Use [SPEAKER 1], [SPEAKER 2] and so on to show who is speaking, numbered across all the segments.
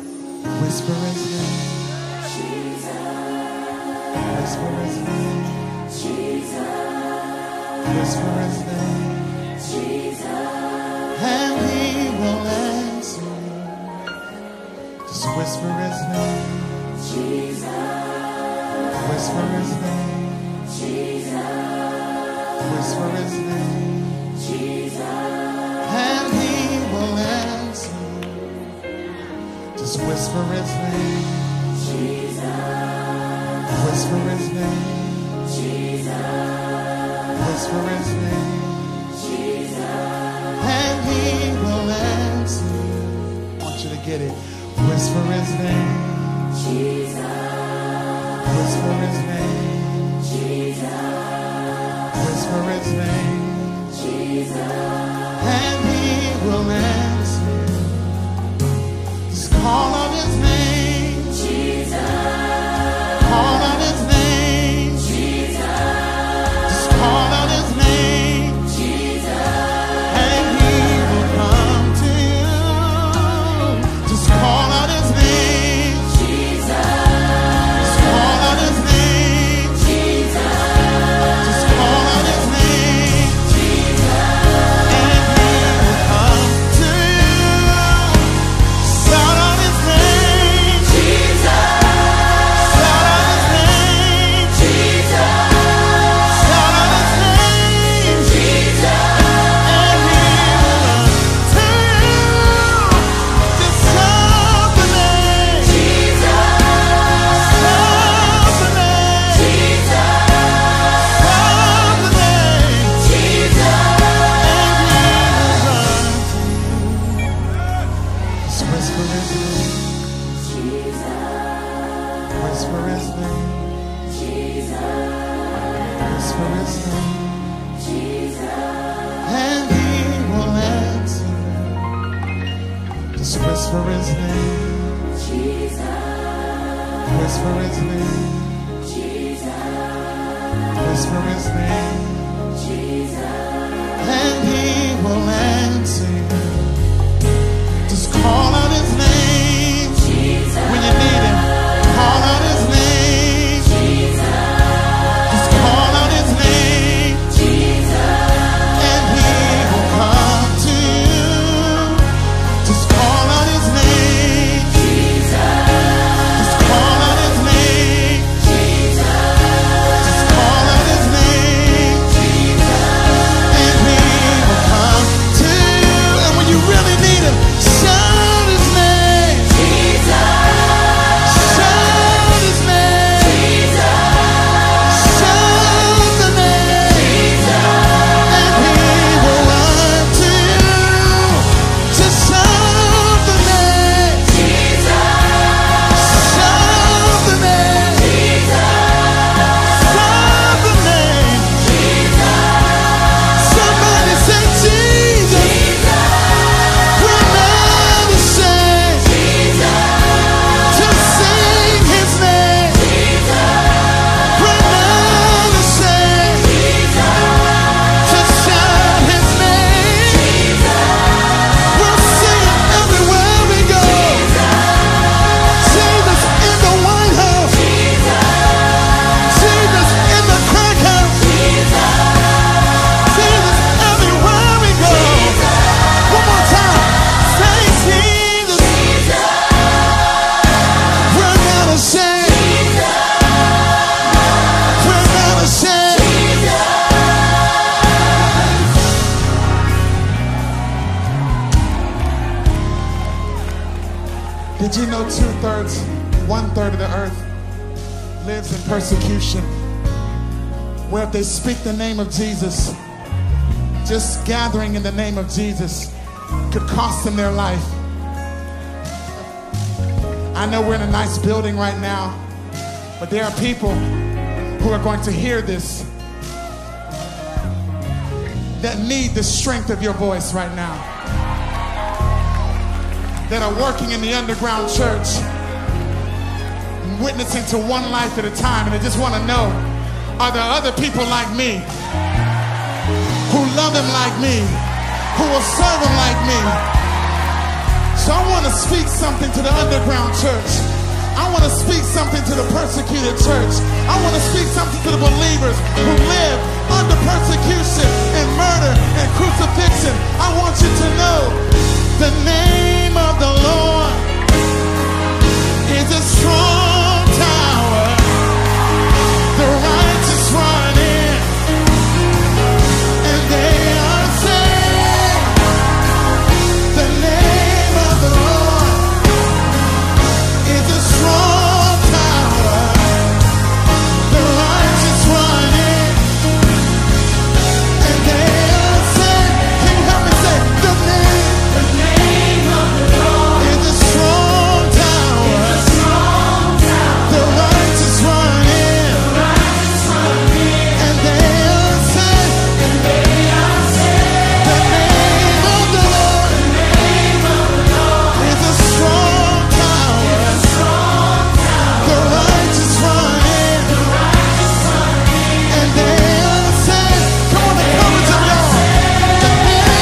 [SPEAKER 1] Whisper his name. Whisper his name. Whisper his name. And he will answer. Just whisper his name. Whisper his name. Whisper his name. And he will answer. Just whisper his name. Whisper his name. Whisper his name. And he will answer. I want you to get it. Whisper his name. Whisper his name. Whisper his name. And he will answer. Just call on his name. Call on his name. Just call on his name. And he will come to you. Just call on his name. Just call on his name. Just call on his name. And he will come to you. Shout on his name. Shout on his name. Shout on his name. And he will come to you. Just shout the name. Shout the name. Shout the name. Just whisper his name. Whisper his name. Whisper his name. And he will answer. Just whisper his name. Whisper his name. Whisper his name. And he will answer. Just call out his name when you need him. Call out his name. Just call out his name. And he will come to you. Just call out his name. Just call out his name. Just call out his name. And he will come to you. And when you really need him, shout his name. Shout his name. Shout the name. And he will run to you. Just shout the name. Shout the name. Shout the name. Somebody say Jesus. We're not ashamed to sing his name. We're not ashamed to shout his name. We'll sing it everywhere we go. Jesus in the White House. Jesus in the crack house. Jesus everywhere we go. One more time. Say Jesus. We're not ashamed. We're not ashamed. Did you know two thirds, one third of the earth lives in persecution? Where if they speak the name of Jesus, just gathering in the name of Jesus could cost them their life. I know we're in a nice building right now, but there are people who are going to hear this that need the strength of your voice right now, that are working in the underground church witnessing to one life at a time and I just want to know are there other people like me who love him like me who will serve him like me So I want to speak something to the underground church. I want to speak something to the persecuted church. I want to speak something to the believers who live under persecution and murder and crucifixion. I want you to know the name of the Lord is a strong tower. The righteous run in and they are saved. The name of the Lord is a strong tower. The righteous run in and they are saved. Can you help me say the name? is a strong tower. The righteous run in and they are saved. The name of the Lord is a strong tower. The righteous run in and they are saved. Come on, the courage of y'all. The name of the Lord is a strong tower. The righteous run in and they are saved. The name of the Lord is a strong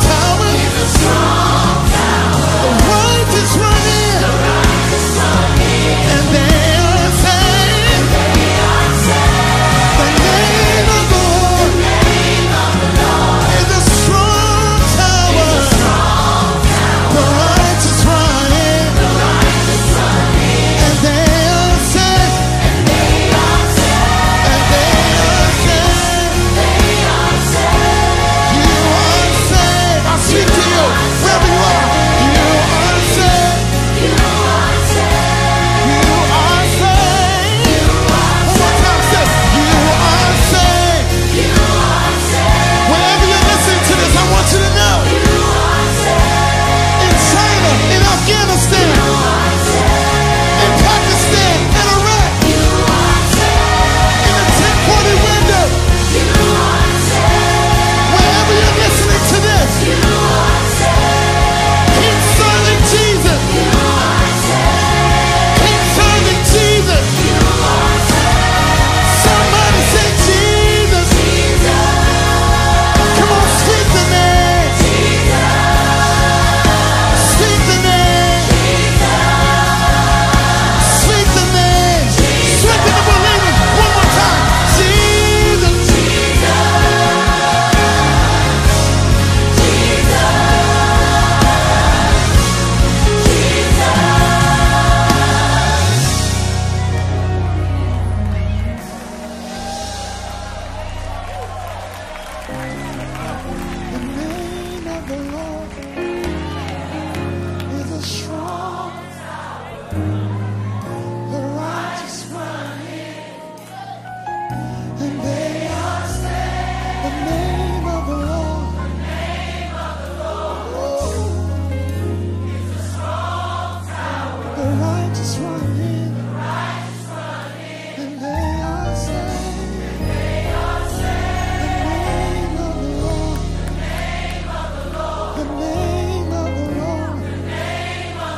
[SPEAKER 1] tower. The righteous run in and they are saved. And they are saved. You are saved. I speak to you wherever you are. You are saved. You are saved. One more time, say, you are saved. Wherever you're listening to this, I want you to know. In China, in Afghanistan, in Pakistan, in Iraq, in the 1040 window, wherever you're listening to this, keep serving Jesus. Keep serving Jesus. Somebody say Jesus. Come on, speak the name. Speak the name. Speak the name. Strengthen the believers. One more time. Jesus. The name of the Lord is a strong The righteous run in and they are saved. The name of the Lord. Ooh. The righteous run in and they are saved. The name of the Lord. The name of the Lord. The name of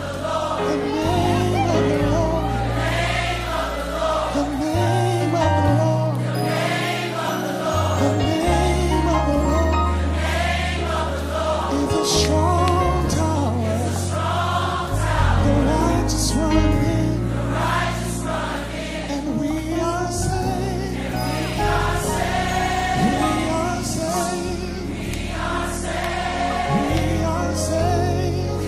[SPEAKER 1] the Lord. The name of the Lord. The name of the Lord is a strong tower. The righteous run in, and we are saved. We are saved. We are saved. We are saved.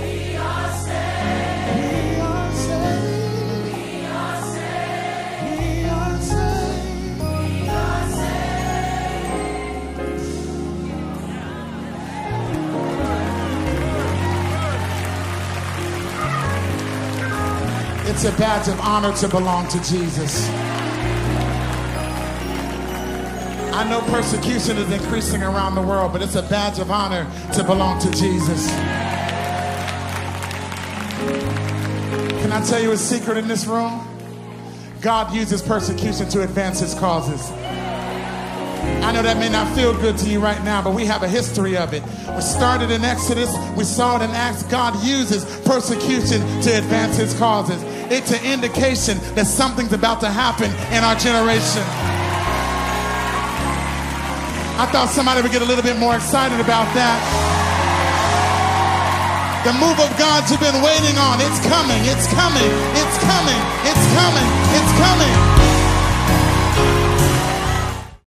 [SPEAKER 1] We are saved. It's a badge of honor to belong to Jesus. I know persecution is increasing around the world, but it's a badge of honor to belong to Jesus. Can I tell you a secret in this room? God uses persecution to advance his causes. I know that may not feel good to you right now, but we have a history of it. We started in Exodus, we saw it in Acts. God uses persecution to advance his causes. It's an indication that something's about to happen in our generation.
[SPEAKER 2] I thought somebody would get a little bit more excited about that. The move of God you've been waiting on, it's coming, it's coming, it's coming, it's coming, it's coming. It's coming.